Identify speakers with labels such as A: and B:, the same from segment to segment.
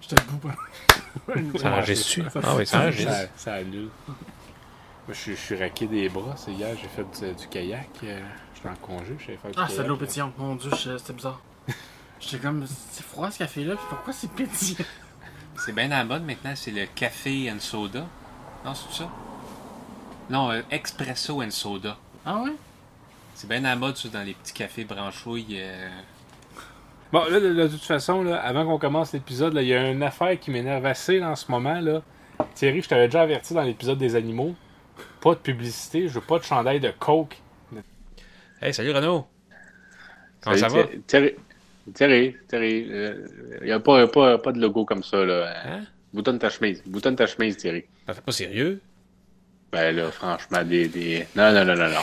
A: J'étais debout. pendant-
B: Ça a su. Ah oui, ça enregistre.
C: Ça, ça annule. Moi, je, suis- je suis raqué des bras. c'est Hier, j'ai fait du, du kayak. euh, J'étais en congé. je savais faire du
A: Ah, c'est de
C: kayak.
A: l'eau pétillante. Mon dieu, je- c'était bizarre. J'étais comme, c'est froid ce café-là, puis pourquoi c'est pétillant?
C: C'est bien à la mode maintenant, c'est le café and soda. Non, c'est ça? Non, euh, expresso and soda.
A: Ah ouais?
C: C'est bien à la mode, ça, dans les petits cafés branchouilles. euh. Bon, là, de, de toute façon, là, avant qu'on commence l'épisode, là, il y a une affaire qui m'énerve assez là, en ce moment. Là. Thierry, je t'avais déjà averti dans l'épisode des animaux. Pas de publicité, je veux pas de chandail de coke.
B: Hey, salut Renaud. Comment ça va?
D: Salut, Thierry, Thierry, Thierry, il n'y a pas, pas, pas de logo comme ça, là.
B: Hein?
D: Boutonne ta chemise, boutonne ta chemise, Thierry.
B: Ça fait pas sérieux?
D: Ben là, franchement, des... des... Non, non, non, non, non.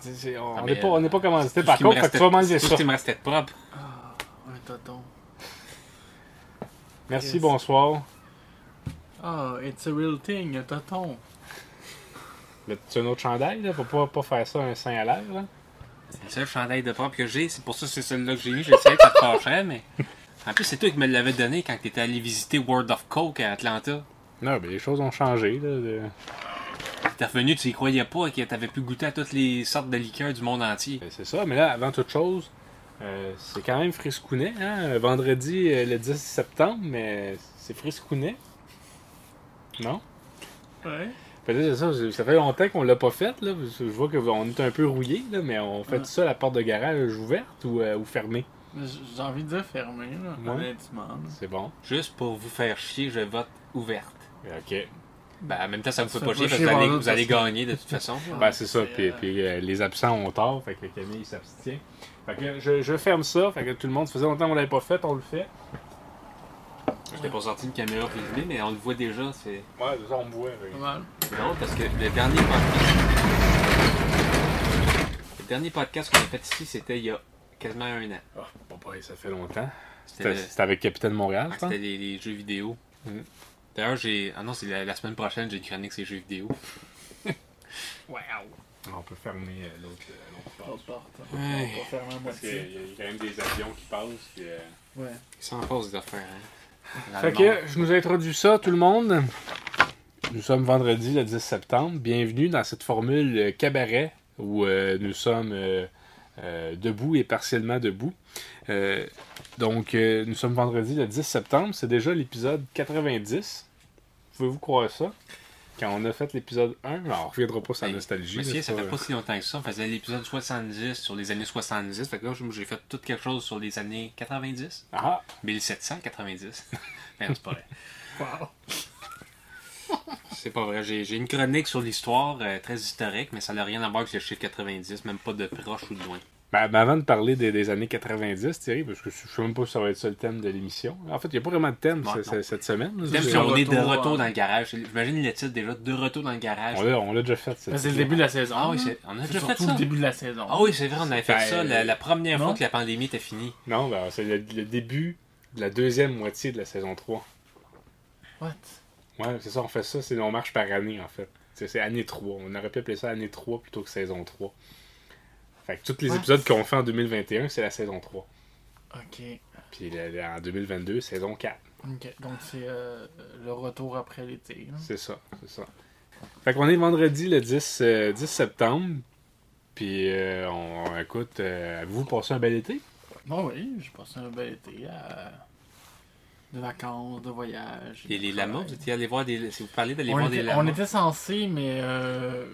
C: C'est- c'est-
A: Ah,
C: on
A: mais,
C: n'est pas, on
B: euh,
C: n'est pas commandité tout ce par qui me coke, fait que restait- tu vas manger tout ça. ce qui me restait de propre.
A: Un tonton.
C: Merci,
A: Yes.
C: bonsoir.
A: Ah, it's a real thing, un tonton.
C: Là, tu as un autre chandail, là, pour pas, pas faire ça un sein à l'air, là.
E: Le seul chandail de propre que j'ai, c'est pour ça que c'est celui-là que j'ai mis. J'essayais que ça te fâcherait, mais. En plus, c'est toi qui me l'avais donné quand t'étais allé visiter World of Coke à Atlanta.
C: Non, mais les choses ont changé, là. de-
E: T'es revenu, tu y croyais pas et que t'avais pu goûter à toutes les sortes de liqueurs du monde entier.
C: Ben, C'est ça, mais là, avant toute chose, euh, c'est quand même friscounet, hein? Vendredi, euh, le 10 septembre, mais c'est friscounet. Non?
A: Ouais?
C: Peut-être que c'est ça, ça fait longtemps qu'on l'a pas fait, là. parce que Je vois qu'on est un peu rouillé, là, mais on fait
A: Ouais.
C: ça à la porte de garage ouverte ou, euh, ou fermée?
A: J'ai envie de dire fermé, là,
C: Ouais.
A: honnêtement.
C: C'est bon.
E: Juste pour vous faire chier, je vote ouverte.
C: OK.
E: Ben, en même temps, ça vous fait
A: Ça
E: pas
A: fait
E: chier parce
A: chier
E: que vous allez,
A: Warner,
E: vous allez
A: parce que-
E: gagner de toute façon.
C: Ben, c'est ça.
A: C'est,
C: Puis,
A: euh,
C: puis, euh, les absents ont tort. Fait que Camille s'abstient. Fait que je, je ferme ça. Fait que tout le monde, ça faisait longtemps qu'on l'avait pas fait, on le fait.
E: J'étais pas sorti une caméra filmée, mais on le voit déjà, c'est.
C: Ouais, ça, on me voit.
A: Pas mal.
E: C'est drôle parce que le dernier podcast. Le dernier podcast qu'on a fait ici, c'était il y a quasiment un an.
C: Oh, papa, ça fait longtemps.
E: C'était Mm-hmm.
C: C'était
E: le-
C: c'était avec Capitaine Montréal,
E: Ah,
C: ça?
E: c'était les, les jeux vidéo.
C: Mhm.
E: D'ailleurs, j'ai. Ah non, c'est la, la semaine prochaine, j'ai une chronique sur les jeux vidéo.
A: Wow!
C: On peut fermer euh, l'autre euh, l'autre
A: Pas de
C: porte.
A: porte. hein.
E: Ouais.
A: On va fermer à
C: Parce qu'il
A: moitié.
C: y a quand même des avions qui passent. euh,
A: Ouais.
E: Ils s'en posent des affaires. Hein. Dans
C: Fait
E: le monde.
C: que je nous introduis ça, tout le monde. Nous sommes vendredi le 10 septembre. Bienvenue dans cette formule euh, cabaret où euh, nous sommes euh, euh, debout et partiellement debout. Euh, donc, euh, nous sommes vendredi le 10 septembre. C'est déjà l'épisode 90. Pouvez-vous croire ça? Quand on a fait l'épisode 1, alors, on reviendra pas sur la
E: Hey,
C: nostalgie.
E: Ben, Monsieur,
C: là,
E: ça
C: c'est
E: fait pas si longtemps que ça. On faisait l'épisode 70 sur les années 70. Fait que là, j'ai fait tout quelque chose sur les années 90.
C: Ah,
E: 1790. Mais non, c'est pas vrai.
A: Wow!
E: C'est pas vrai. J'ai j'ai une chronique sur l'histoire euh, très historique, mais ça n'a rien à voir avec le chiffre 90, même pas de proche ou de loin.
C: Ben, ben, avant de parler des, des années 90, Thierry, parce que je ne sais même pas si ça va être ça le thème de l'émission. En fait, il n'y a pas vraiment de thème
E: Non,
C: c'est-
E: non.
C: c'est- cette semaine. là.
E: Même
C: C'est-
E: si on est de
A: retour,
E: retour
A: hein.
E: dans le garage. J'imagine le titre déjà, de retour dans le garage.
A: Ah,
C: on l'a- on l'a déjà fait. cette
A: Ben, c'est le
C: semaine.
A: début de la saison.
E: Ah oui,
A: là.
E: c'est- on a
A: C'est
E: déjà fait
A: surtout
E: ça.
A: le début de la saison.
E: Ah oui, c'est vrai, on avait fait
C: Ben,
E: ça la, la première
A: non?
E: fois que la pandémie était finie.
C: Non, ben, c'est le, le début de la deuxième moitié de la saison 3.
A: What?
C: Ouais, c'est ça, on fait ça. c'est On marche par année, en fait. C'est c'est année 3. On aurait pu appeler ça année 3 plutôt que saison 3. Fait que tous les
A: Ouais.
C: épisodes qu'on fait en 2021, c'est la saison 3.
A: Ok.
C: Puis le- le- en 2022, saison 4.
A: Ok. Donc, c'est euh, le retour après l'été. là.
C: C'est ça, c'est ça. Fait qu'on est vendredi le 10, euh, 10 septembre. Puis, euh, on écoute, euh, avez-vous passé un bel été?
A: Bon, Bah oui, j'ai passé un bel été euh, de vacances, de voyages.
E: Les, les lamas, vous étiez allé voir des. Si vous parlez d'aller
A: on
E: voir des
A: était,
E: lamas.
A: on était censé, mais euh,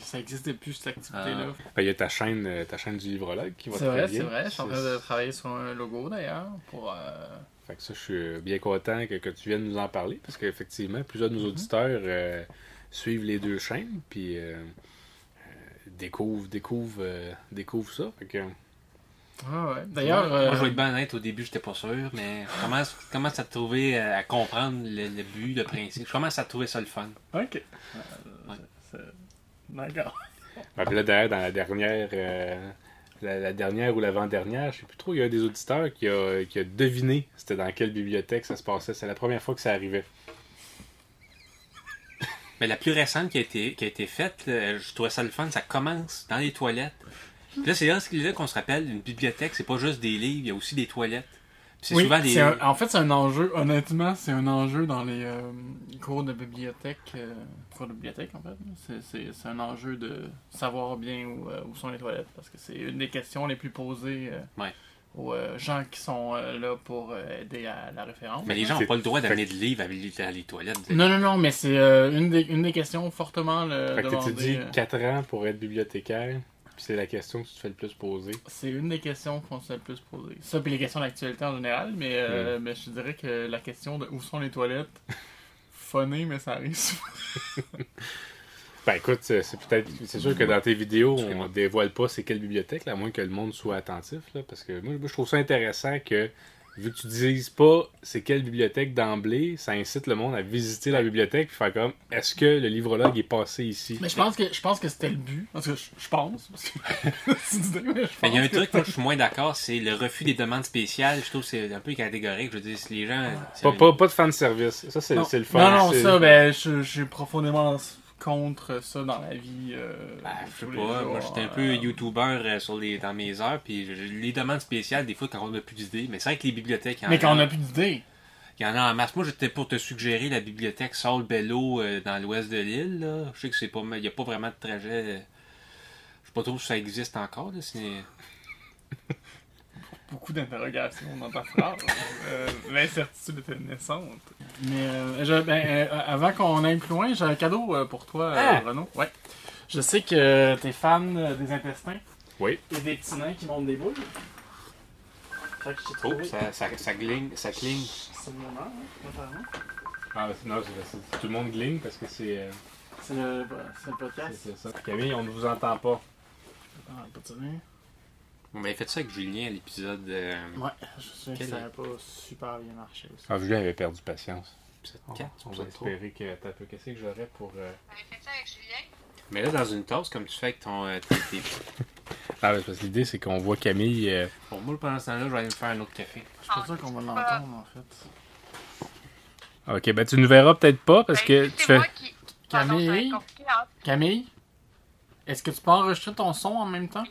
A: ça n'existait plus cette activité-là.
E: Ah,
C: Ben, il y a ta chaîne, euh, ta chaîne du livrologue qui va
A: c'est
C: très
A: vrai,
C: bien.
A: c'est vrai. Je suis en train
C: C'est-
A: de travailler sur un logo d'ailleurs pour. euh,
C: Fait que ça, je suis bien content que, que tu viennes nous en parler parce qu'effectivement, plusieurs de nos auditeurs euh, suivent les deux chaînes puis euh, euh, découvrent, découvrent, euh, découvrent ça. Fait que,
A: ouais, ouais. D'ailleurs, euh,
E: Moi, je vais être bien honnête, au début, j'étais pas sûr, mais je commence, je commence à trouver, euh, à comprendre le, le but, le principe. Je commence à trouver ça le fun.
A: Ok.
E: Ouais.
A: C'est- D'accord.
C: Ben, puis là, derrière, dans la dernière, euh, la, la dernière ou l'avant-dernière, je sais plus trop, il y a un des auditeurs qui a, qui a deviné c'était dans quelle bibliothèque ça se passait. C'est la première fois que ça arrivait.
E: Mais la plus récente qui a été, qui a été faite, là, je trouvais ça le fun, ça commence dans les toilettes. Puis là, c'est là, c'est là qu'on se rappelle, une bibliothèque, c'est pas juste des livres, il y a aussi des toilettes. C'est
A: Oui,
E: souvent des. euh,
A: c'est un- en fait, c'est un enjeu, honnêtement, c'est un enjeu dans les euh, cours de bibliothèque. euh, cours de bibliothèque, en fait. C'est- C'est c'est un enjeu de savoir bien où, euh, où sont les toilettes, parce que c'est une des questions les plus posées euh,
E: Ouais.
A: aux euh, gens qui sont euh, là pour euh, aider à la référence.
E: Mais les gens n'ont pas le droit d'amener de livres à les, à les toilettes.
A: Non, non, non, mais c'est euh, une, des, une des questions fortement euh,
C: Fait que tu
A: demandées.
C: dis
A: euh,
C: 4 ans pour être bibliothécaire, puis c'est la question que tu te fais le plus poser.
A: C'est une des questions qu'on s'est le plus posée. Ça, puis les questions d'actualité en général, mais, euh,
E: Hmm.
A: mais je te dirais que la question de où sont les toilettes, funny, mais ça arrive souvent.
C: Ben écoute, c'est c'est peut-être. C'est sûr que dans tes vidéos, on dévoile pas c'est quelle bibliothèque, là, à moins que le monde soit attentif, là, parce que moi, moi, je trouve ça intéressant que, vu que tu dises pas c'est quelle bibliothèque d'emblée, ça incite le monde à visiter la bibliothèque, puis faire comme, est-ce que le livrologue est passé ici?
A: Mais je pense que, je pense que c'était le but. En tout cas, je, je pense. Parce que... c'est du truc, mais je
E: Mais il y a un
A: pense que-
E: truc, moi, je suis moins d'accord, c'est le refus des demandes spéciales. Je trouve que c'est un peu catégorique. Je veux dire, si les gens. c'est-
C: Pas, pas, pas de fan service. Ça, c'est
A: Non.
C: c'est le fun.
A: Non, non,
C: c'est-
A: ça, ben, je, je suis profondément contre ça dans la vie. euh,
E: Ben, je
A: tous
E: sais pas,
A: les
E: moi
A: jours,
E: j'étais un
A: euh,
E: peu youtubeur euh, sur les, dans mes heures, puis je- je- les demandes spéciales, des fois quand on n'a plus d'idées, mais c'est vrai que les bibliothèques, il y en
A: Mais quand on
E: a-
A: n'a plus d'idées.
E: il y en a en masse. Moi j'étais pour te suggérer la bibliothèque Saul Bello euh, dans l'ouest de l'île, là. je sais que c'est pas mal- il n'y a pas vraiment de trajet, euh, je sais pas trop si ça existe encore, là, c'est-
A: beaucoup d'interrogations dans ta phrase. Euh, L'incertitude était naissante. Mais euh, je- ben, euh, avant qu'on aille plus loin, j'ai un cadeau euh, pour toi,
E: Ah.
A: euh, Renaud. Ouais. Je sais que t'es fan euh, des intestins.
C: Oui.
A: Et des petits nains qui montent des boules. Fait que je t'ai
E: Oh,
A: trouvé.
E: ça, ça, ça gligne, ça cligne.
A: C'est le moment, hein, apparemment.
C: Ah, ben, c'est- non, c'est- c'est- tout le monde gligne parce que c'est euh,
A: C'est le, c'est le
C: c'est-
A: podcast.
C: c'est ça. Camille, on ne vous entend pas.
A: Ah, pas de sonner.
E: On m'avait fait ça avec Julien à l'épisode, euh,
A: Ouais, je sais que
E: Quel-
A: ça n'a pas super bien marché aussi.
C: Ah, Julien avait perdu patience.
E: épisode
C: On,
E: 4,
C: on va
E: épisode trois.
C: espérer que. T'as peu, qu'est-ce que j'aurais pour. euh,
F: T'avais fait ça avec Julien?
E: Mais là dans une tasse comme tu fais avec ton... euh, tes- tes-
C: Ah, ben, parce que l'idée, c'est qu'on voit Camille. euh,
E: Bon, moi pendant ce temps-là, je vais aller me faire un autre café.
A: Je suis pas sûr qu'on va l'entendre en fait.
C: Ok, ben, tu nous verras peut-être pas parce que
F: Ben,
C: tu
F: c'est
C: fais.
F: moi qui- Pardon, ça va être
A: Camille?
F: compliqué, hein.
A: Camille, est-ce que tu peux enregistrer ton son en même temps?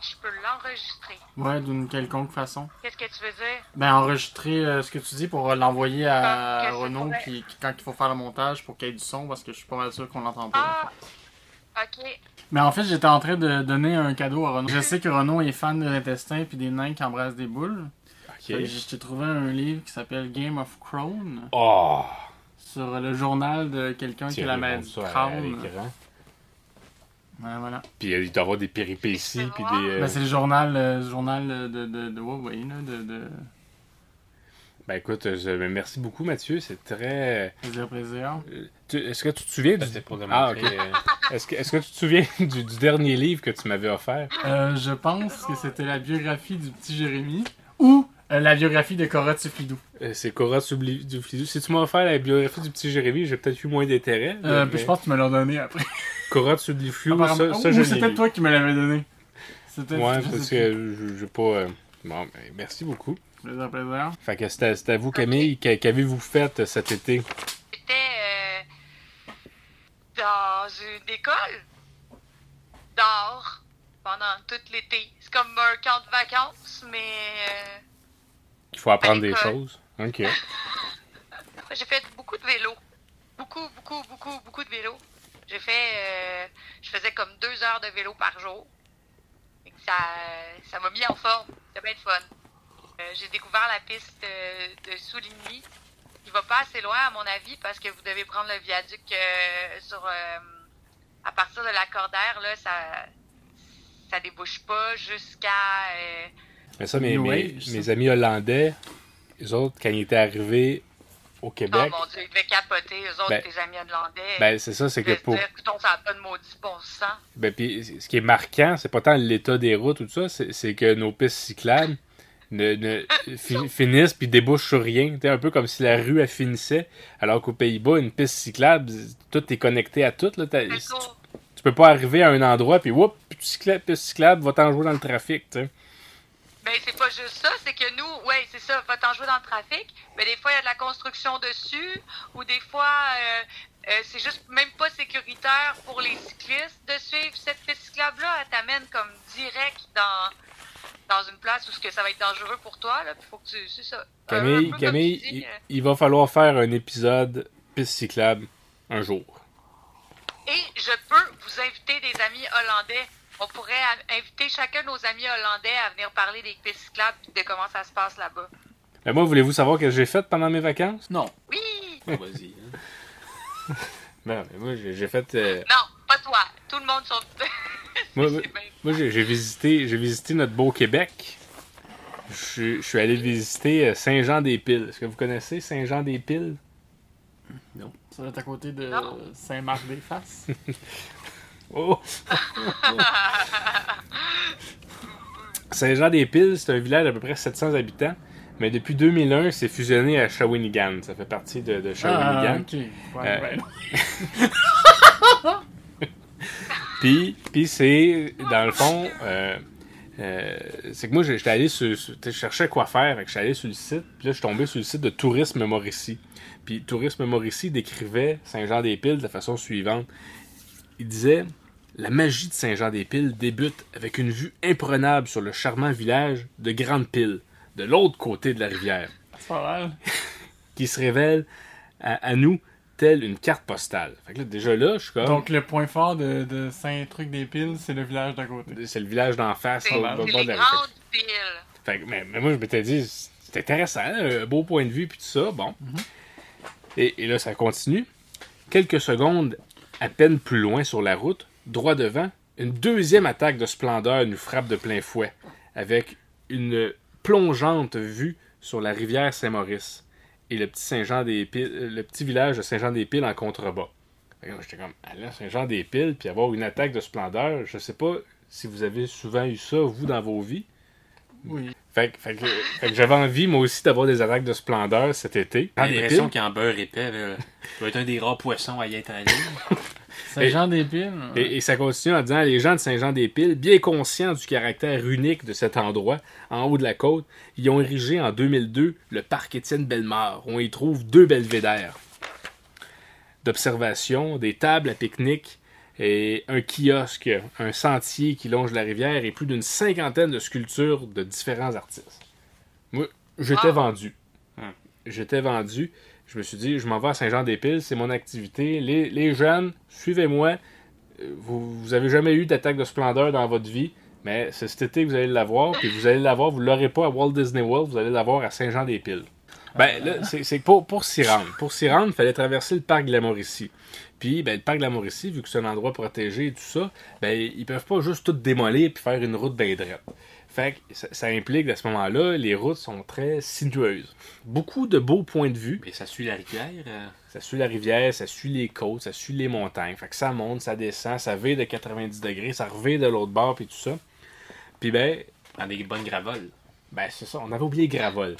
F: Je peux l'enregistrer.
A: Ouais, d'une quelconque façon.
F: Qu'est-ce que tu veux dire?
A: Ben, enregistrer euh, ce que tu dis pour euh, l'envoyer à
F: Parce que c'est
A: Renaud
F: vrai.
A: qui, qui- quand il faut faire le montage pour qu'il y ait du son parce que je suis pas mal sûr qu'on l'entend pas.
F: Ah! Ok.
A: Mais en fait, j'étais en train de donner un cadeau à Renaud. Je sais que Renaud est fan de l'intestin puis des nains qui embrassent des boules. Fait que
C: Ok.
A: Je t'ai trouvé un livre qui s'appelle Game of Crohn
C: Oh!
A: sur le journal de quelqu'un qui a la maladie de Crohn. Ouais, voilà.
C: Puis euh, il doit y avoir des péripéties, puis des. euh,
A: Ben, c'est le journal, euh, journal de, de, de, de Huawei, là, de, de
C: Ben, écoute, je- ben, merci beaucoup, Mathieu. C'est très. euh,
A: Plaisir Plaisir.
C: Tu- Est-ce que tu te souviens du.
B: C'était pour
C: Ah,
B: demander.
C: ok. Est-ce que, est-ce que tu te souviens du, du dernier livre que tu m'avais offert?
A: Euh, je pense que c'était la biographie du petit Jérémy ou euh, la biographie de Cora Tufidou.
C: Euh, C'est Cora Subli- du Flidou. Si tu m'as offert la biographie du petit Jérémy, j'ai peut-être eu moins d'intérêt.
A: Euh,
C: mais-
A: puis Je pense que tu me l'as donné après.
C: Cora Subliflu, ça,
A: Apparemment-
C: ça,
A: ou
C: je l'ai
A: c'était
C: lu.
A: toi qui me l'avais donné. C'était
C: Ouais,
A: je
C: parce
A: sais plus.
C: que je- j'ai pas. euh, Bon, ben, merci beaucoup.
A: Plaisir, plaisir.
C: Fait que c'était c'était à vous, Camille. Qu'a- Qu'avez-vous fait euh, cet été?
F: J'étais euh, dans une école d'art pendant tout l'été. C'est comme un camp de vacances, mais euh,
C: Il faut apprendre
F: À
C: des
F: l'école.
C: choses. OK.
F: j'ai fait beaucoup de vélo. Beaucoup, beaucoup, beaucoup, beaucoup de vélo. J'ai fait, euh, je faisais comme deux heures de vélo par jour. Fait que ça, ça m'a mis en forme. C'était bien de fun. Euh, j'ai découvert la piste euh, de Souligny. qui va pas assez loin, à mon avis, parce que vous devez prendre le viaduc euh, sur. euh, à partir de la Cordaire, là, ça. Ça débouche pas jusqu'à. euh,
C: Mais ça, mes,
A: New
C: mes-
A: Age, ça.
C: mes amis hollandais, eux autres, quand ils étaient arrivés au
F: Oh
C: Québec,
F: mon dieu, ils devaient capoter, eux autres,
C: Ben-
F: tes amis hollandais.
C: ben, c'est ça, c'est que
F: Ils devaient se
C: pour.
F: dire, Coudonc, ça n'a pas de maudit bon sens.
C: Ben, puis ce qui est marquant, c'est pas tant l'état des routes ou tout ça, c'est c'est que nos pistes cyclables ne, ne fi- finissent puis débouchent sur rien. C'était un peu comme si la rue elle finissait, alors qu'aux Pays-Bas, une piste cyclable, tout est connecté à tout. Là, T'as-
F: Le
C: tu,
F: tour.
C: tu peux pas arriver à un endroit puis whoop, plus de cycla- piste cyclable, va t'en jouer dans le trafic. tu sais.
F: Ben, c'est pas juste ça, c'est que nous, ouais, c'est ça, va t'en jouer dans le trafic, mais des fois, il y a de la construction dessus, ou des fois, euh, euh, c'est juste même pas sécuritaire pour les cyclistes de suivre cette piste cyclable-là. Elle t'amène comme direct dans dans une place où ce que ça va être dangereux pour toi, là, puis faut que tu. C'est ça. Un- un peu
C: Camille,
F: Euh, comme
C: Camille
F: tu dis,
C: il,
F: euh,
C: il va falloir faire un épisode piste cyclable un jour.
F: Et je peux vous inviter des amis hollandais. On pourrait a- inviter chacun de nos amis hollandais à venir parler des pistes cyclables et de comment ça se passe là-bas.
C: Mais moi, voulez-vous savoir ce que j'ai fait pendant mes vacances?
A: Non.
F: Oui!
E: Vas-y. hein.
C: Non, mais moi, j'ai j'ai fait... euh,
F: Non, pas toi. Tout le monde sont.
C: moi-
F: C'est bien.
C: Moi, j'ai j'ai visité, j'ai visité notre beau Québec. Je suis- je suis allé visiter euh, Saint-Jean-des-Piles. Est-ce que vous connaissez Saint-Jean-des-Piles?
A: Ça va être à côté de
F: Non.
A: euh, Saint-Marc-des-Faces.
C: Oh! Saint-Jean-des-Piles, c'est un village d'à peu près 700 habitants. Mais depuis 2001, c'est fusionné à Shawinigan. Ça fait partie de, de
A: Ah,
C: Shawinigan.
A: ok. Ouais,
C: Euh,
A: ben,
C: Puis, puis c'est, dans le fond, euh, euh, c'est que moi, j'étais allé sur, sur- tu sais, je cherchais quoi faire, fait que j'étais allé sur le site, puis là, je suis tombé sur le site de Tourisme Mauricie. Puis Tourisme Mauricie décrivait Saint-Jean-des-Piles de la façon suivante. Il disait La magie de Saint-Jean-des-Piles débute avec une vue imprenable sur le charmant village de Grande-Pile, de l'autre côté de la rivière
A: c'est pas mal.
C: qui se révèle à, à nous telle une carte postale. Fait que là, déjà là, je suis comme.
A: Donc, le point fort de, de Saint-Truc-des-Piles, c'est le village d'à côté.
C: c'est Ah, le village d'en face,
F: C'est
C: au- au bord de
F: c'est les
C: la-
F: grandes villes.
C: Fait que, mais, mais moi, je m'étais dit, c'est intéressant, un beau point de vue, puis tout ça, bon. et, et là, ça continue. Quelques secondes, à peine plus loin sur la route, droit devant, une deuxième attaque de splendeur nous frappe de plein fouet, avec une plongeante vue sur la rivière Saint-Maurice et le petit Saint-Jean des Piles, le petit village de Saint-Jean-des-Piles en contrebas. Fait que moi, J'étais comme, aller à Saint-Jean-des-Piles, puis avoir une attaque de splendeur, je sais pas si vous avez souvent eu ça, vous, dans vos vies,
A: Oui.
C: fait que, fait que- fait que j'avais envie, moi aussi, d'avoir des attaques de splendeur cet été.
E: J'ai
C: Ah, Des
E: l'impression
C: piles.
E: qu'il y a un beurre épais. Là. Tu vas être un des rares poissons à y être allé.
A: Saint-Jean-des-Piles.
C: Et, et ça continue en disant les gens de Saint-Jean-des-Piles, bien conscients du caractère unique de cet endroit, en haut de la côte, y ont érigé en 2002 le parc Étienne Bellemare, où on y trouve deux belvédères d'observation, des tables à pique-nique et un kiosque, un sentier qui longe la rivière et plus d'une cinquantaine de sculptures de différents artistes. Moi, j'étais
F: Ah.
C: vendu.
E: Hum.
C: J'étais vendu. Je me suis dit, je m'en vais à Saint-Jean-des-Piles, c'est mon activité. Les, les jeunes, suivez-moi. Euh, Vous, vous avez jamais eu d'attaque de splendeur dans votre vie, mais c'est cet été que vous allez l'avoir, puis vous allez l'avoir, vous l'aurez pas à Walt Disney World, vous allez l'avoir à Saint-Jean-des-Piles. Ben là, c'est c'est pour, pour s'y rendre. Pour s'y rendre, il fallait traverser le parc de la Mauricie. Puis, ben, le parc de la Mauricie, vu que c'est un endroit protégé et tout ça, ben, ils peuvent pas juste tout démolir puis faire une route bien droite. Fait que ça, ça implique, à ce moment-là, les routes sont très sinueuses. Beaucoup de beaux points de vue.
E: Mais ça suit la rivière. euh.
C: Ça suit la rivière, ça suit les côtes, ça suit les montagnes. Fait que ça monte, ça descend, ça vire de 90 degrés, ça revient de l'autre bord puis tout ça. Puis ben,
E: Dans des bonnes gravoles.
C: ben c'est ça, on avait oublié Gravol.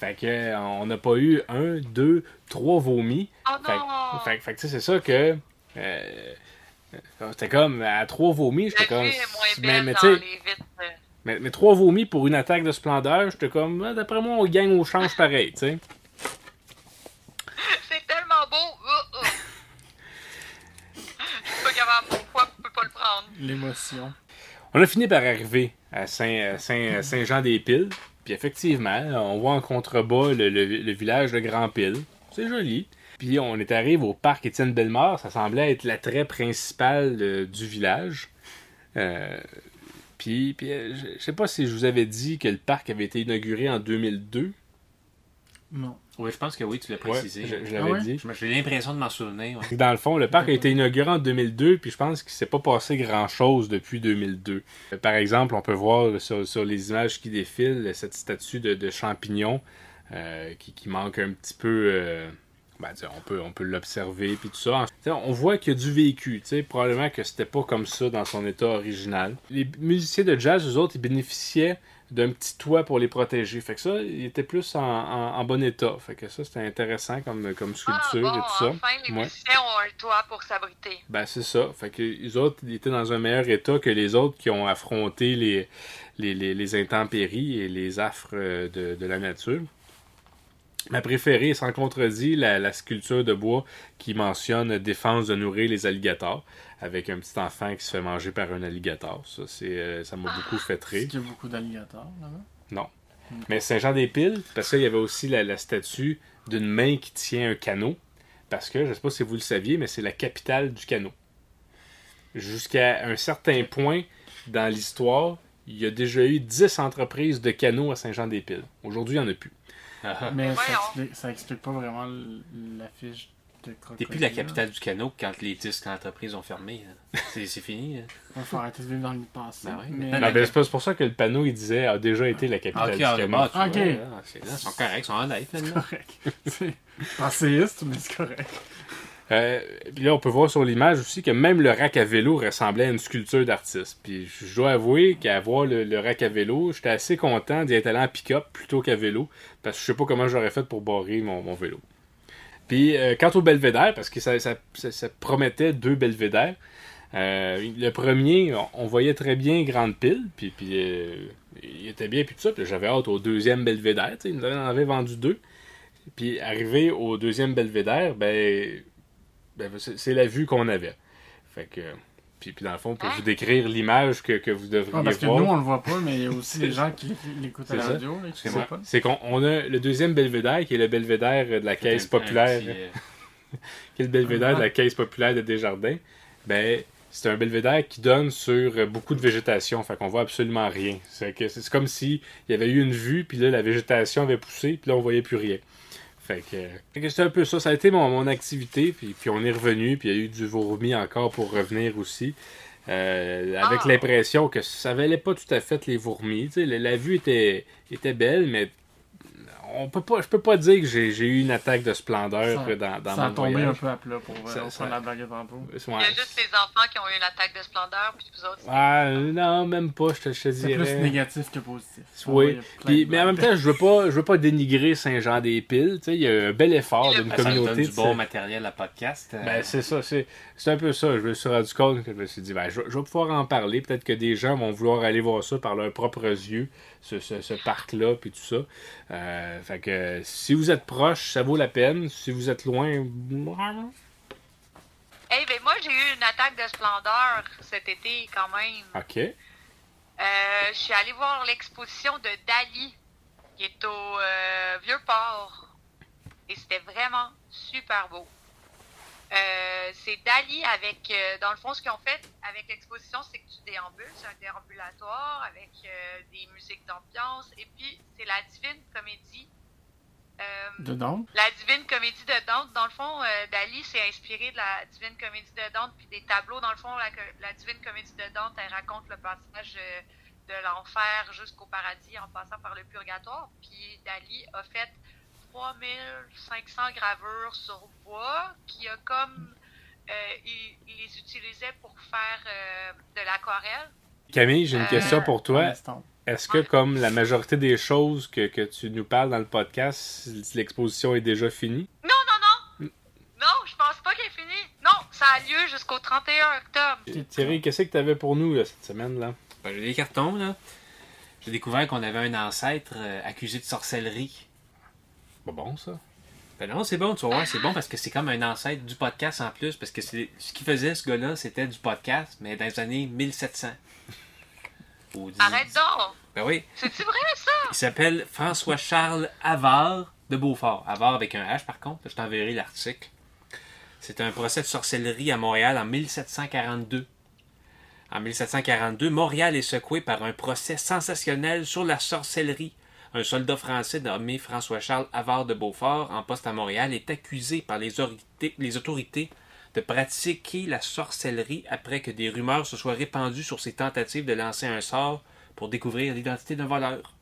C: Fait que euh, on n'a pas eu un, deux, trois vomis.
F: Oh
C: Fait,
F: non!
C: Ah. fait, fait que tu sais, c'est ça que. Euh, euh, c'était comme à trois vomis, j'étais
F: la
C: comme.
F: vie est moins
C: Mais,
F: belle
C: mais tu
F: dans
C: sais,
F: les vitres.
C: mais, mais trois vomis pour une attaque de splendeur, j'étais comme, Ah, d'après moi, on gagne au change pareil, tu sais.
F: C'est tellement beau! Oh, oh. Je suis pas capable, mon poids peut pas le prendre.
A: L'émotion.
C: On a fini par arriver à Saint, Saint, Jean des Piles. Puis effectivement, on voit en contrebas le, le- le village de Grand Pile. C'est joli. Puis on est arrivé au parc Étienne Bellemare. Ça semblait être l'attrait principal euh, du village. Euh, puis, puis, euh, je je sais pas si je vous avais dit que le parc avait été inauguré en 2002.
A: Non.
E: Oui, je pense que oui, tu l'as
C: Ouais,
E: précisé.
C: je, je
A: Ah
C: l'avais
A: ouais?
C: dit.
E: Je me- J'ai l'impression de m'en souvenir. ouais.
C: Dans le fond, le parc a été inauguré en 2002, puis je pense qu'il s'est pas passé grand-chose depuis 2002. Euh, Par exemple, on peut voir sur, sur les images qui défilent euh, cette statue de, de champignon euh, qui, qui manque un petit peu... euh, ben, tu sais, on peut, on peut l'observer, puis tout ça. Tu sais, on voit qu'il y a du vécu, tu sais, probablement que c'était pas comme ça dans son état original. Les musiciens de jazz, eux autres, ils bénéficiaient d'un petit toit pour les protéger. Fait que ça, ils étaient plus en, en- en bon état. Fait que ça, c'était intéressant comme, comme
F: Ah
C: sculpture
F: bon,
C: et tout ça.
F: enfin, les
C: Ouais.
F: musiciens ont un toit pour s'abriter.
C: Ben, c'est ça. Fait que les autres ils étaient dans un meilleur état que les autres qui ont affronté les, les, les- les intempéries et les affres euh, de, de la nature. Ma préférée, sans contredit, la, la sculpture de bois qui mentionne défense de nourrir les alligators, avec un petit enfant qui se fait manger par un alligator. Ça, c'est, euh, ça m'a beaucoup fait
A: Est-ce
C: rire.
A: qu'il y a beaucoup d'alligators là-bas?
C: Mais Saint-Jean-des-Piles, parce qu'il y avait aussi la, la statue d'une main qui tient un canot. Parce que, je ne sais pas si vous le saviez, mais c'est la capitale du canot. Jusqu'à un certain point dans l'histoire, il y a déjà eu 10 entreprises de canots à Saint-Jean-des-Piles. Aujourd'hui, il n'y en a plus.
A: Mais ça
F: voyons.
A: explique, ça explique pas vraiment l- l'affiche de Crocodile.
E: T'es plus la capitale du canot quand les 10 entreprises ont fermé. là. C'est c'est fini. hein. là.
A: Il faut arrêter de vivre dans le passé.
E: Ben oui.
A: mais-
E: Non,
C: Ah, ben, c'est pas- c'est pour ça que le panneau, il disait, a déjà été la
E: Ah,
C: capitale
E: ok,
C: Ben, du
E: ah,
C: canot.
E: bah, tu
A: Ok.
E: vois, là, c'est- là, Ils sont corrects, ils sont honnêtes maintenant.
A: correct. C'est passéiste, mais c'est correct.
C: Euh, puis là, on peut voir sur l'image aussi que même le rack à vélo ressemblait à une sculpture d'artiste. Puis je dois avouer qu'à voir le, le rack à vélo, j'étais assez content d'y être allé en pick-up plutôt qu'à vélo, parce que je sais pas comment j'aurais fait pour barrer mon, mon vélo. Puis euh, quant au belvédère, parce que ça, ça- ça- ça promettait deux belvédères, euh, le premier, on, on voyait très bien Grande Pile, puis, puis euh, il était bien, puis tout ça. Puis j'avais hâte au deuxième belvédère, tu sais, ils nous en avaient vendu deux. Puis arrivé au deuxième belvédère, ben ben, c'est c'est la vue qu'on avait. Fait que. Puis, puis dans le fond, pour vous décrire l'image que, que vous devriez
A: Ah, parce que nous,
C: voir.
A: on le voit pas, mais il y a aussi les gens qui l'écoutent à la
C: C'est ça.
A: radio. là, qui
E: C'est
A: savent
E: moi.
A: pas.
C: C'est qu'on on a le deuxième belvédère qui est le belvédère de la caisse
E: Un- un
C: populaire.
E: petit, euh,
C: qui est le belvédère
A: Ah.
C: de la caisse populaire de Desjardins. Ben, c'est un belvédère qui donne sur euh, beaucoup de végétation. Fait qu'on voit absolument rien. C'est que c'est c'est comme si il y avait eu une vue, puis là, la végétation avait poussé, puis là, on voyait plus rien. Fait que, euh, fait que c'était un peu ça. Ça a été mon, mon activité, puis, puis on est revenu, puis il y a eu du vourmi encore pour revenir aussi. euh, avec
F: Ah.
C: l'impression que ça valait pas tout à fait les vourmis. Tu sais, La, la vue était, était belle, mais on peut pas, je peux pas dire que j'ai j'ai eu une attaque de splendeur
A: Ça-
C: euh, dans, dans
A: ça a
C: mon
A: tombé
C: voyage.
A: un peu à plat pour
C: Ça-
A: euh,
C: ça-
A: prendre la blague tantôt.
F: Il y a juste les enfants qui ont eu une attaque de splendeur, puis vous autres.
C: Ah, non, même pas, je te, je te
A: C'est plus
C: dirais.
A: négatif que positif. Ah, il y
C: Oui.
A: a plein
C: Puis-
A: de
C: mais en même
A: blagues.
C: temps, je veux pas, je veux pas dénigrer Saint-Jean-des-Piles. tu sais, Il y a eu un bel effort d'une
E: ah, Ça nous donne
C: communauté.
E: du
C: de
E: bon matériel à podcast. euh,
C: Ben, c'est ça, c'est c'est un peu ça. Je me suis rendu compte que je me suis dit, ben, je, je vais pouvoir en parler. Peut-être que des gens vont vouloir aller voir ça par leurs propres yeux, ce, ce- ce parc-là, puis tout ça. Euh, fait que si vous êtes proche, ça vaut la peine. Si vous êtes loin,
F: Eh ben moi, j'ai eu une attaque de splendeur cet été quand même.
C: ok.
F: Euh, je suis allée voir l'exposition de Dali, qui est au euh, Vieux-Port. Et c'était vraiment super beau. Euh, c'est Dali avec, euh, dans le fond, ce qu'ils ont fait avec l'exposition, c'est que tu déambules, c'est un déambulatoire avec euh, des musiques d'ambiance. Et puis, c'est la divine comédie. euh,
A: Dedans,
F: la Divine Comédie de Dante, dans le fond, euh, Dali s'est inspiré de la Divine Comédie de Dante, puis des tableaux, dans le fond, la, co- la Divine Comédie de Dante, elle raconte le passage euh, de l'enfer jusqu'au paradis en passant par le purgatoire. Puis Dali a fait 3500 gravures sur bois, qui a comme... euh, il, il les utilisait pour faire euh, de l'aquarelle.
C: Camille, j'ai une
F: Euh,
C: question pour
A: pour
C: toi.
A: l'instant.
C: Est-ce que, comme la majorité des choses que, que tu nous parles dans le podcast, l'exposition est déjà finie?
F: Non, je pense pas qu'il est fini. Non, ça a lieu jusqu'au 31 octobre.
C: Euh, Thierry, qu'est-ce que tu avais pour nous là, cette semaine? là
E: Ben, j'ai des cartons, là. J'ai découvert qu'on avait un ancêtre euh, accusé de sorcellerie.
C: Pas bon, ça.
E: Ben non, c'est bon, tu vas voir, c'est bon parce que c'est comme un ancêtre du podcast en plus, parce que c'est ce qu'il faisait, ce gars-là, c'était du podcast, mais dans les années 1700. Ou dix-
F: Arrête donc!
E: Ben oui.
F: C'est-tu vrai, ça?
E: Il s'appelle François-Charles Havard de Beaufort. Havard avec un H, par contre. Je t'enverrai l'article. C'est un procès de sorcellerie à Montréal en 1742. En 1742, Montréal est secoué par un procès sensationnel sur la sorcellerie. Un soldat français nommé François-Charles Havard de Beaufort, en poste à Montréal, est accusé par les, autorité- les autorités de pratiquer la sorcellerie après que des rumeurs se soient répandues sur ses tentatives de lancer un sort pour découvrir l'identité d'un voleur.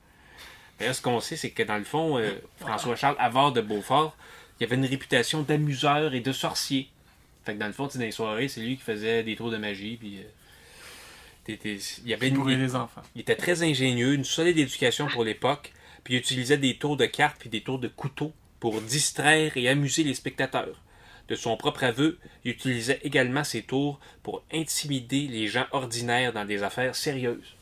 E: D'ailleurs, ce qu'on sait, c'est que dans le fond, euh, François-Charles Havard de Beaufort, il avait une réputation d'amuseur et de sorcier. Fait que dans le fond, tu sais, dans les soirées, c'est lui qui faisait des tours de magie. Puis, euh, t'étais- il, y avait une,
A: Nourrir les enfants.
E: il était très ingénieux, une solide éducation pour l'époque, puis il utilisait des tours de cartes puis des tours de couteau pour distraire et amuser les spectateurs. De son propre aveu, il utilisait également ces tours pour intimider les gens ordinaires dans des affaires sérieuses.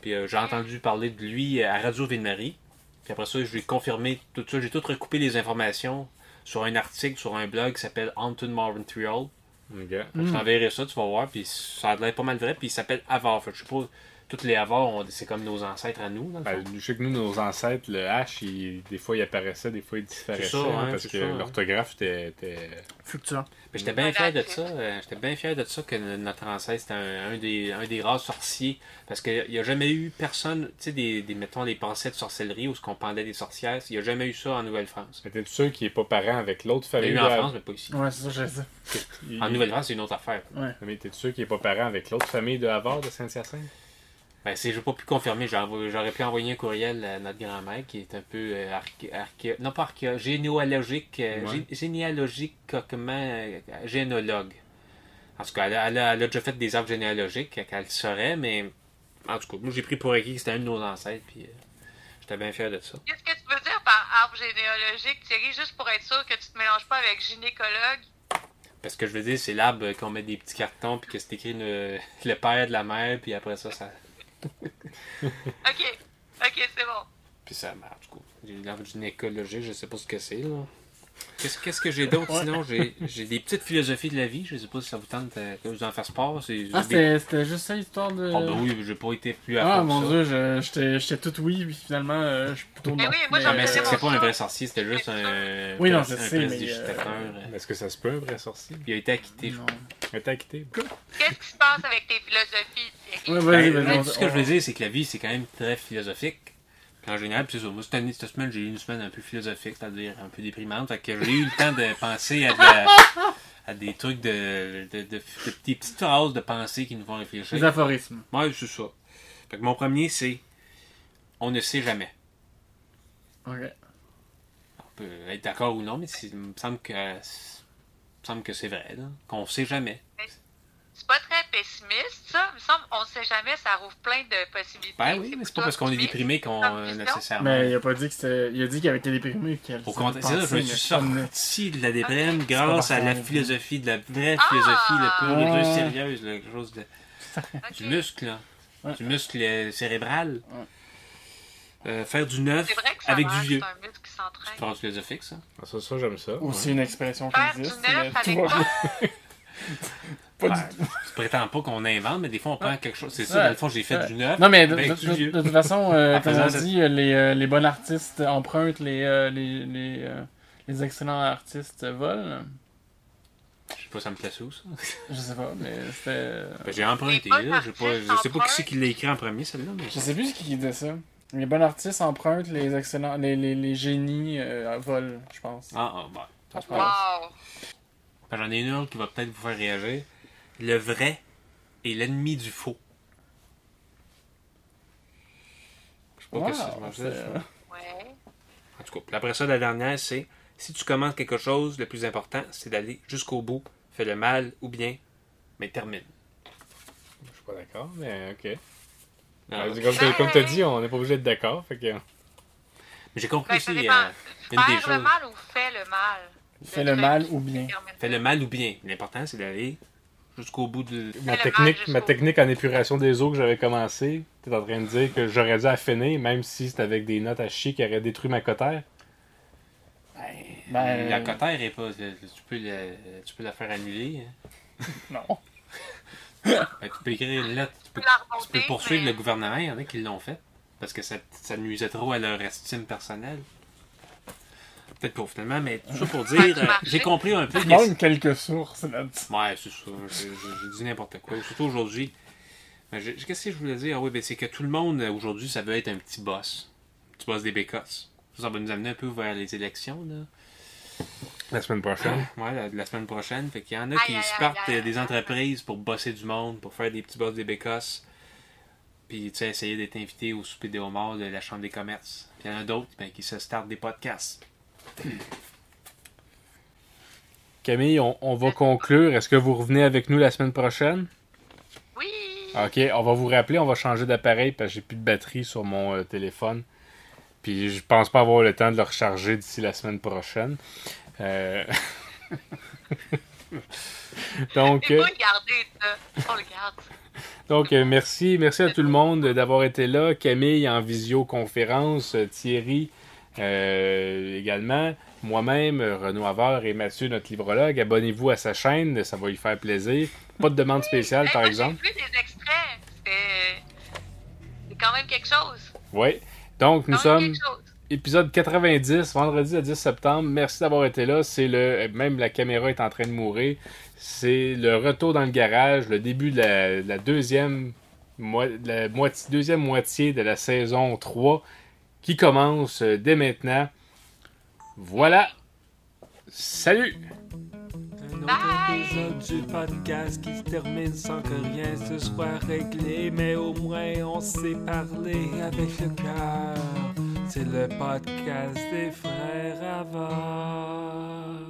E: Puis euh, j'ai entendu parler de lui à Radio Ville-Marie. Fait Puis après ça, je lui ai confirmé tout ça. J'ai tout recoupé les informations sur un article, sur un blog qui s'appelle Haunted Montreal.
C: Ok.
E: Fait que Je t'enverrai ça, tu vas voir. Puis ça a l'air pas mal vrai. Puis il s'appelle Avar. Fait que je suppose, tous les Avars, on- c'est comme nos ancêtres à nous. dans le fond.
C: Ben, je sais que nous, nos ancêtres, le H, il- des fois il apparaissait, des fois il disparaissait.
E: C'est ça, hein,
C: parce
E: c'est
C: que
E: ça, hein.
C: l'orthographe était. était-
A: Fluctuant.
E: Mais j'étais bien fier de ça. euh, J'étais bien fier de ça que no- notre ancêtre, c'était un, un des, un des rares sorciers. Parce qu'il n'y a jamais eu personne, tu sais, des, des, mettons, les pensées de sorcellerie où ce qu'on pendait des sorcières. Il n'y a jamais eu ça en Nouvelle-France.
C: C'était sûr qu'il n'est pas parent avec l'autre
E: Il y a
C: famille.
E: eu en
C: d'A-
E: France, mais pas ici.
A: Ouais, c'est ça, que j'ai dit.
C: il-
E: En Nouvelle-France, c'est une autre affaire.
C: Mais t'es sûr qu'il n'est pas parent avec l'autre famille de Havard de Saint-Hyacinthe?
E: Ben, c'est, j'ai pas pu confirmer. J'ai envo- J'aurais pu envoyer un courriel à notre grand-mère qui est un peu euh, arché- arché- non pas arché- généalogique, euh,
C: Ouais.
E: gé- généalogique, comment, euh, génologue. En tout cas, elle a, elle a- elle a déjà fait des arbres généalogiques euh, qu'elle saurait, mais en tout cas, moi j'ai pris pour acquis que c'était un de nos ancêtres, puis euh, j'étais bien fier de ça.
F: Qu'est-ce que tu veux dire par arbre généalogique, Thierry, juste pour être sûr que tu te mélanges pas avec gynécologue?
E: Parce que je veux dire, c'est l'arbre euh, qu'on met des petits cartons, puis que c'est écrit le, le père de la mère, puis après ça, ça.
F: Ok, ok, c'est bon.
E: Puis ça marche, du coup. J'ai l'arbre gynécologique, je sais pas ce que c'est, là. Qu'est-ce, qu'est-ce que j'ai d'autre sinon? J'ai, j'ai des petites philosophies de la vie, je sais pas si ça vous tente euh, que vous en fasse part. C'est,
A: Ah,
E: des...
A: c'était c'était juste ça, l'histoire de.
E: Oh, ben oui, j'ai pas été plus à
A: Ah
E: fond que
A: mon
E: ça.
A: dieu, je- j'étais j'étais tout oui, puis finalement, euh, je suis plutôt
F: Mais
A: non.
F: oui, moi,
E: Non, mais
F: Euh,
E: c'est, c'est pas un
F: ça.
E: vrai sorcier, c'était juste un.
A: Oui, non,
E: un
A: je
E: prince
A: sais, mais, euh,
E: digitateur, euh,
C: Est-ce que ça se peut, un vrai sorcier?
E: Puis il a été acquitté.
A: Non.
C: Mais t'as quitté.
F: Qu'est-ce qui se passe avec tes philosophies, Thierry?
A: Ouais,
E: Ben,
A: vas-y, vas-y.
E: ben,
A: on-
E: tout ce que je veux
A: on-
E: dire, c'est que la vie, c'est quand même très philosophique. Puis en général, puis c'est ça. Moi, cette année, cette semaine, j'ai eu une semaine un peu philosophique, c'est-à-dire un peu déprimante. Fait que j'ai eu le temps de penser à, de la- à des trucs de, de, de, de- des petites phrases de pensée qui nous font réfléchir.
A: Les aphorismes.
E: Ouais, c'est ça. Fait que mon premier, c'est on ne sait jamais.
A: Ok.
E: On peut être d'accord ou non, mais c'est- il me semble que, il me semble que c'est vrai, là, qu'on ne sait jamais.
F: C'est pas très pessimiste, ça. Il me semble, on sait jamais, ça rouvre plein de possibilités.
E: Ben oui, mais c'est pas
F: plutôt
E: parce qu'on est
F: optimiste.
E: déprimé qu'on
F: Comme
E: euh,
F: vision.
E: nécessairement.
A: Mais il a pas dit que c'était. Il a dit qu'il avait été déprimé. qu'elle
E: Au
A: s'était
E: contraire, c'est ça, je me
A: pensée,
E: suis
A: mais-
E: sorti de la déprime
A: pas
E: grâce à la
F: hein.
A: pareil.
E: philosophie, de la vraie
F: Ah!
E: philosophie, la pure et dure,
A: Ouais.
E: sérieuse, là, quelque chose de,
F: Mm. Ok.
E: du muscle, là.
A: Ouais.
E: du muscle euh, cérébral.
A: Ouais.
E: Euh, faire du neuf
F: C'est vrai que ça
E: avec du
F: marche,
E: vieux.
F: c'est un muscle qui s'entraîne.
E: Phrase philosophique, ça.
C: Ah, ça, ça j'aime ça.
A: Ou c'est une expression qui
F: Faire du
A: existe. mais
F: neuf avec
A: toi,
F: quoi?
A: pas du
E: Ouais. Tu prétends pas qu'on invente, mais des fois on prend quelque chose. C'est ça,
A: Ouais.
E: dans le fond, j'ai fait
A: Ouais.
E: du neuf.
A: Non, mais de,
E: avec
A: de-
E: du
A: de-
E: vieux.
A: de toute façon, euh,
E: En
A: comme
E: faisant
A: on
E: cette-
A: dit, euh, les, euh, les bons artistes empruntent, les, euh, les, les, euh, les excellents artistes volent.
E: Je sais pas, ça me place où, ça.
A: Je sais pas, mais c'était.
E: Ben, j'ai emprunté,
F: Les bonnes
E: là. J'ai pas- je
F: artistes
E: sais pas qui
F: empruntent.
E: c'est qui l'a écrit en premier, celle-là. Mais...
A: Je sais plus qui disait ça. Les bons artistes empruntent, les excellents. Les, les, les génies euh, volent, je pense.
E: Ah, ah, bon.
A: Je pense.
F: Wow!
E: Ben, J'en ai une autre qui va peut-être vous faire réagir. Le vrai est l'ennemi du faux. Je sais pas
A: Wow,
E: qu'est-ce que ça veut dire,
A: c'est-
E: ça.
F: Ouais.
E: En tout cas, puis après ça, la dernière, c'est si tu commences quelque chose, le plus important, c'est d'aller jusqu'au bout. Fais le mal ou bien, mais termine.
C: Je suis pas d'accord, mais ok.
E: Alors,
C: Ouais, c'est comme t'as- comme t'as dit, on n'est pas obligé d'être d'accord. Fait que...
E: mais j'ai compris
F: Ben,
E: aussi.
F: ça dépend.
E: euh, une des
F: Faire le
E: choses.
F: mal ou fait le mal?
A: Fait le mal ou bien.
E: fais le mal ou bien. L'important, c'est d'aller jusqu'au bout de.
C: Ma
F: le mal
C: technique,
F: jusqu'au
C: ma
F: bout.
C: technique en épuration des eaux que j'avais commencé, t'es en train de dire que j'aurais dû affiner, même si c'était avec des notes à chier qui auraient détruit ma cotère.
A: Ben,
E: La cotère est pas. le- Tu peux, la- tu peux la faire annuler. hein.
A: Non.
E: Ben, tu peux écrire une lettre. Tu peux, tu peux poursuivre le gouvernement. Il y en a qui l'ont fait. Parce que ça, ça nuisait trop à leur estime personnelle. Peut-être pas finalement, mais tout ça pour dire.
F: du
E: euh,
F: marché.
E: j'ai compris un peu.
A: Il
E: mais-
A: manque quelques sources là-dessus.
E: Ouais, c'est ça. Je, je- je dis n'importe quoi. Surtout aujourd'hui. Mais je- Qu'est-ce que je voulais dire? Ah oui, ben c'est que tout le monde, euh, aujourd'hui, ça veut être un petit boss. Un petit boss des bécosses. Ça, ça va nous amener un peu vers les élections, là.
C: La semaine prochaine.
E: Ouais, la, la semaine prochaine. Fait qu'il y en a
F: Aïe,
E: qui
F: aïe,
E: se
F: aïe,
E: partent
F: aïe,
E: euh, des
F: aïe.
E: entreprises pour bosser du monde, pour faire des petits boss des bécosses. Puis, tu sais, essayer d'être invité au souper des homards de la Chambre des commerces. Puis, il y en a d'autres ben, qui se startent des podcasts.
C: Camille, on, on va conclure. Est-ce que vous revenez avec nous la semaine prochaine?
F: Oui!
A: Ah,
C: Ok, on va vous rappeler, on va changer d'appareil parce que j'ai plus de batterie sur mon euh, téléphone. Puis je pense pas avoir le temps de le recharger d'ici la semaine prochaine. Euh, Donc,
F: C'est
C: euh,
F: pas le garder, ça. On le garde.
C: Donc, euh, merci. Merci à tout le monde d'avoir été là. Camille en visioconférence, euh, Thierry euh, également, moi-même, euh, Renaud Havard et Mathieu, notre librologue. Abonnez-vous à sa chaîne, ça va lui faire plaisir. Pas de demande spéciale,
F: Hey,
C: par
F: moi,
C: exemple.
F: J'ai vu des extraits. C'est c'est quand même quelque chose.
C: Oui. Donc, nous
F: Quand même
C: sommes
F: quelque chose.
C: épisode 90, vendredi le 10 septembre. Merci d'avoir été là. C'est le euh, même la caméra est en train de mourir. C'est le retour dans le garage, le début de la, de la deuxième moi- de la moitié, deuxième moitié de la saison 3 qui commence euh, dès maintenant. Voilà. Salut.
G: Un autre
F: Bye.
G: épisode du podcast qui se termine sans que rien se soit réglé, mais au moins on s'est parlé avec le cœur. C'est le podcast des frères avant.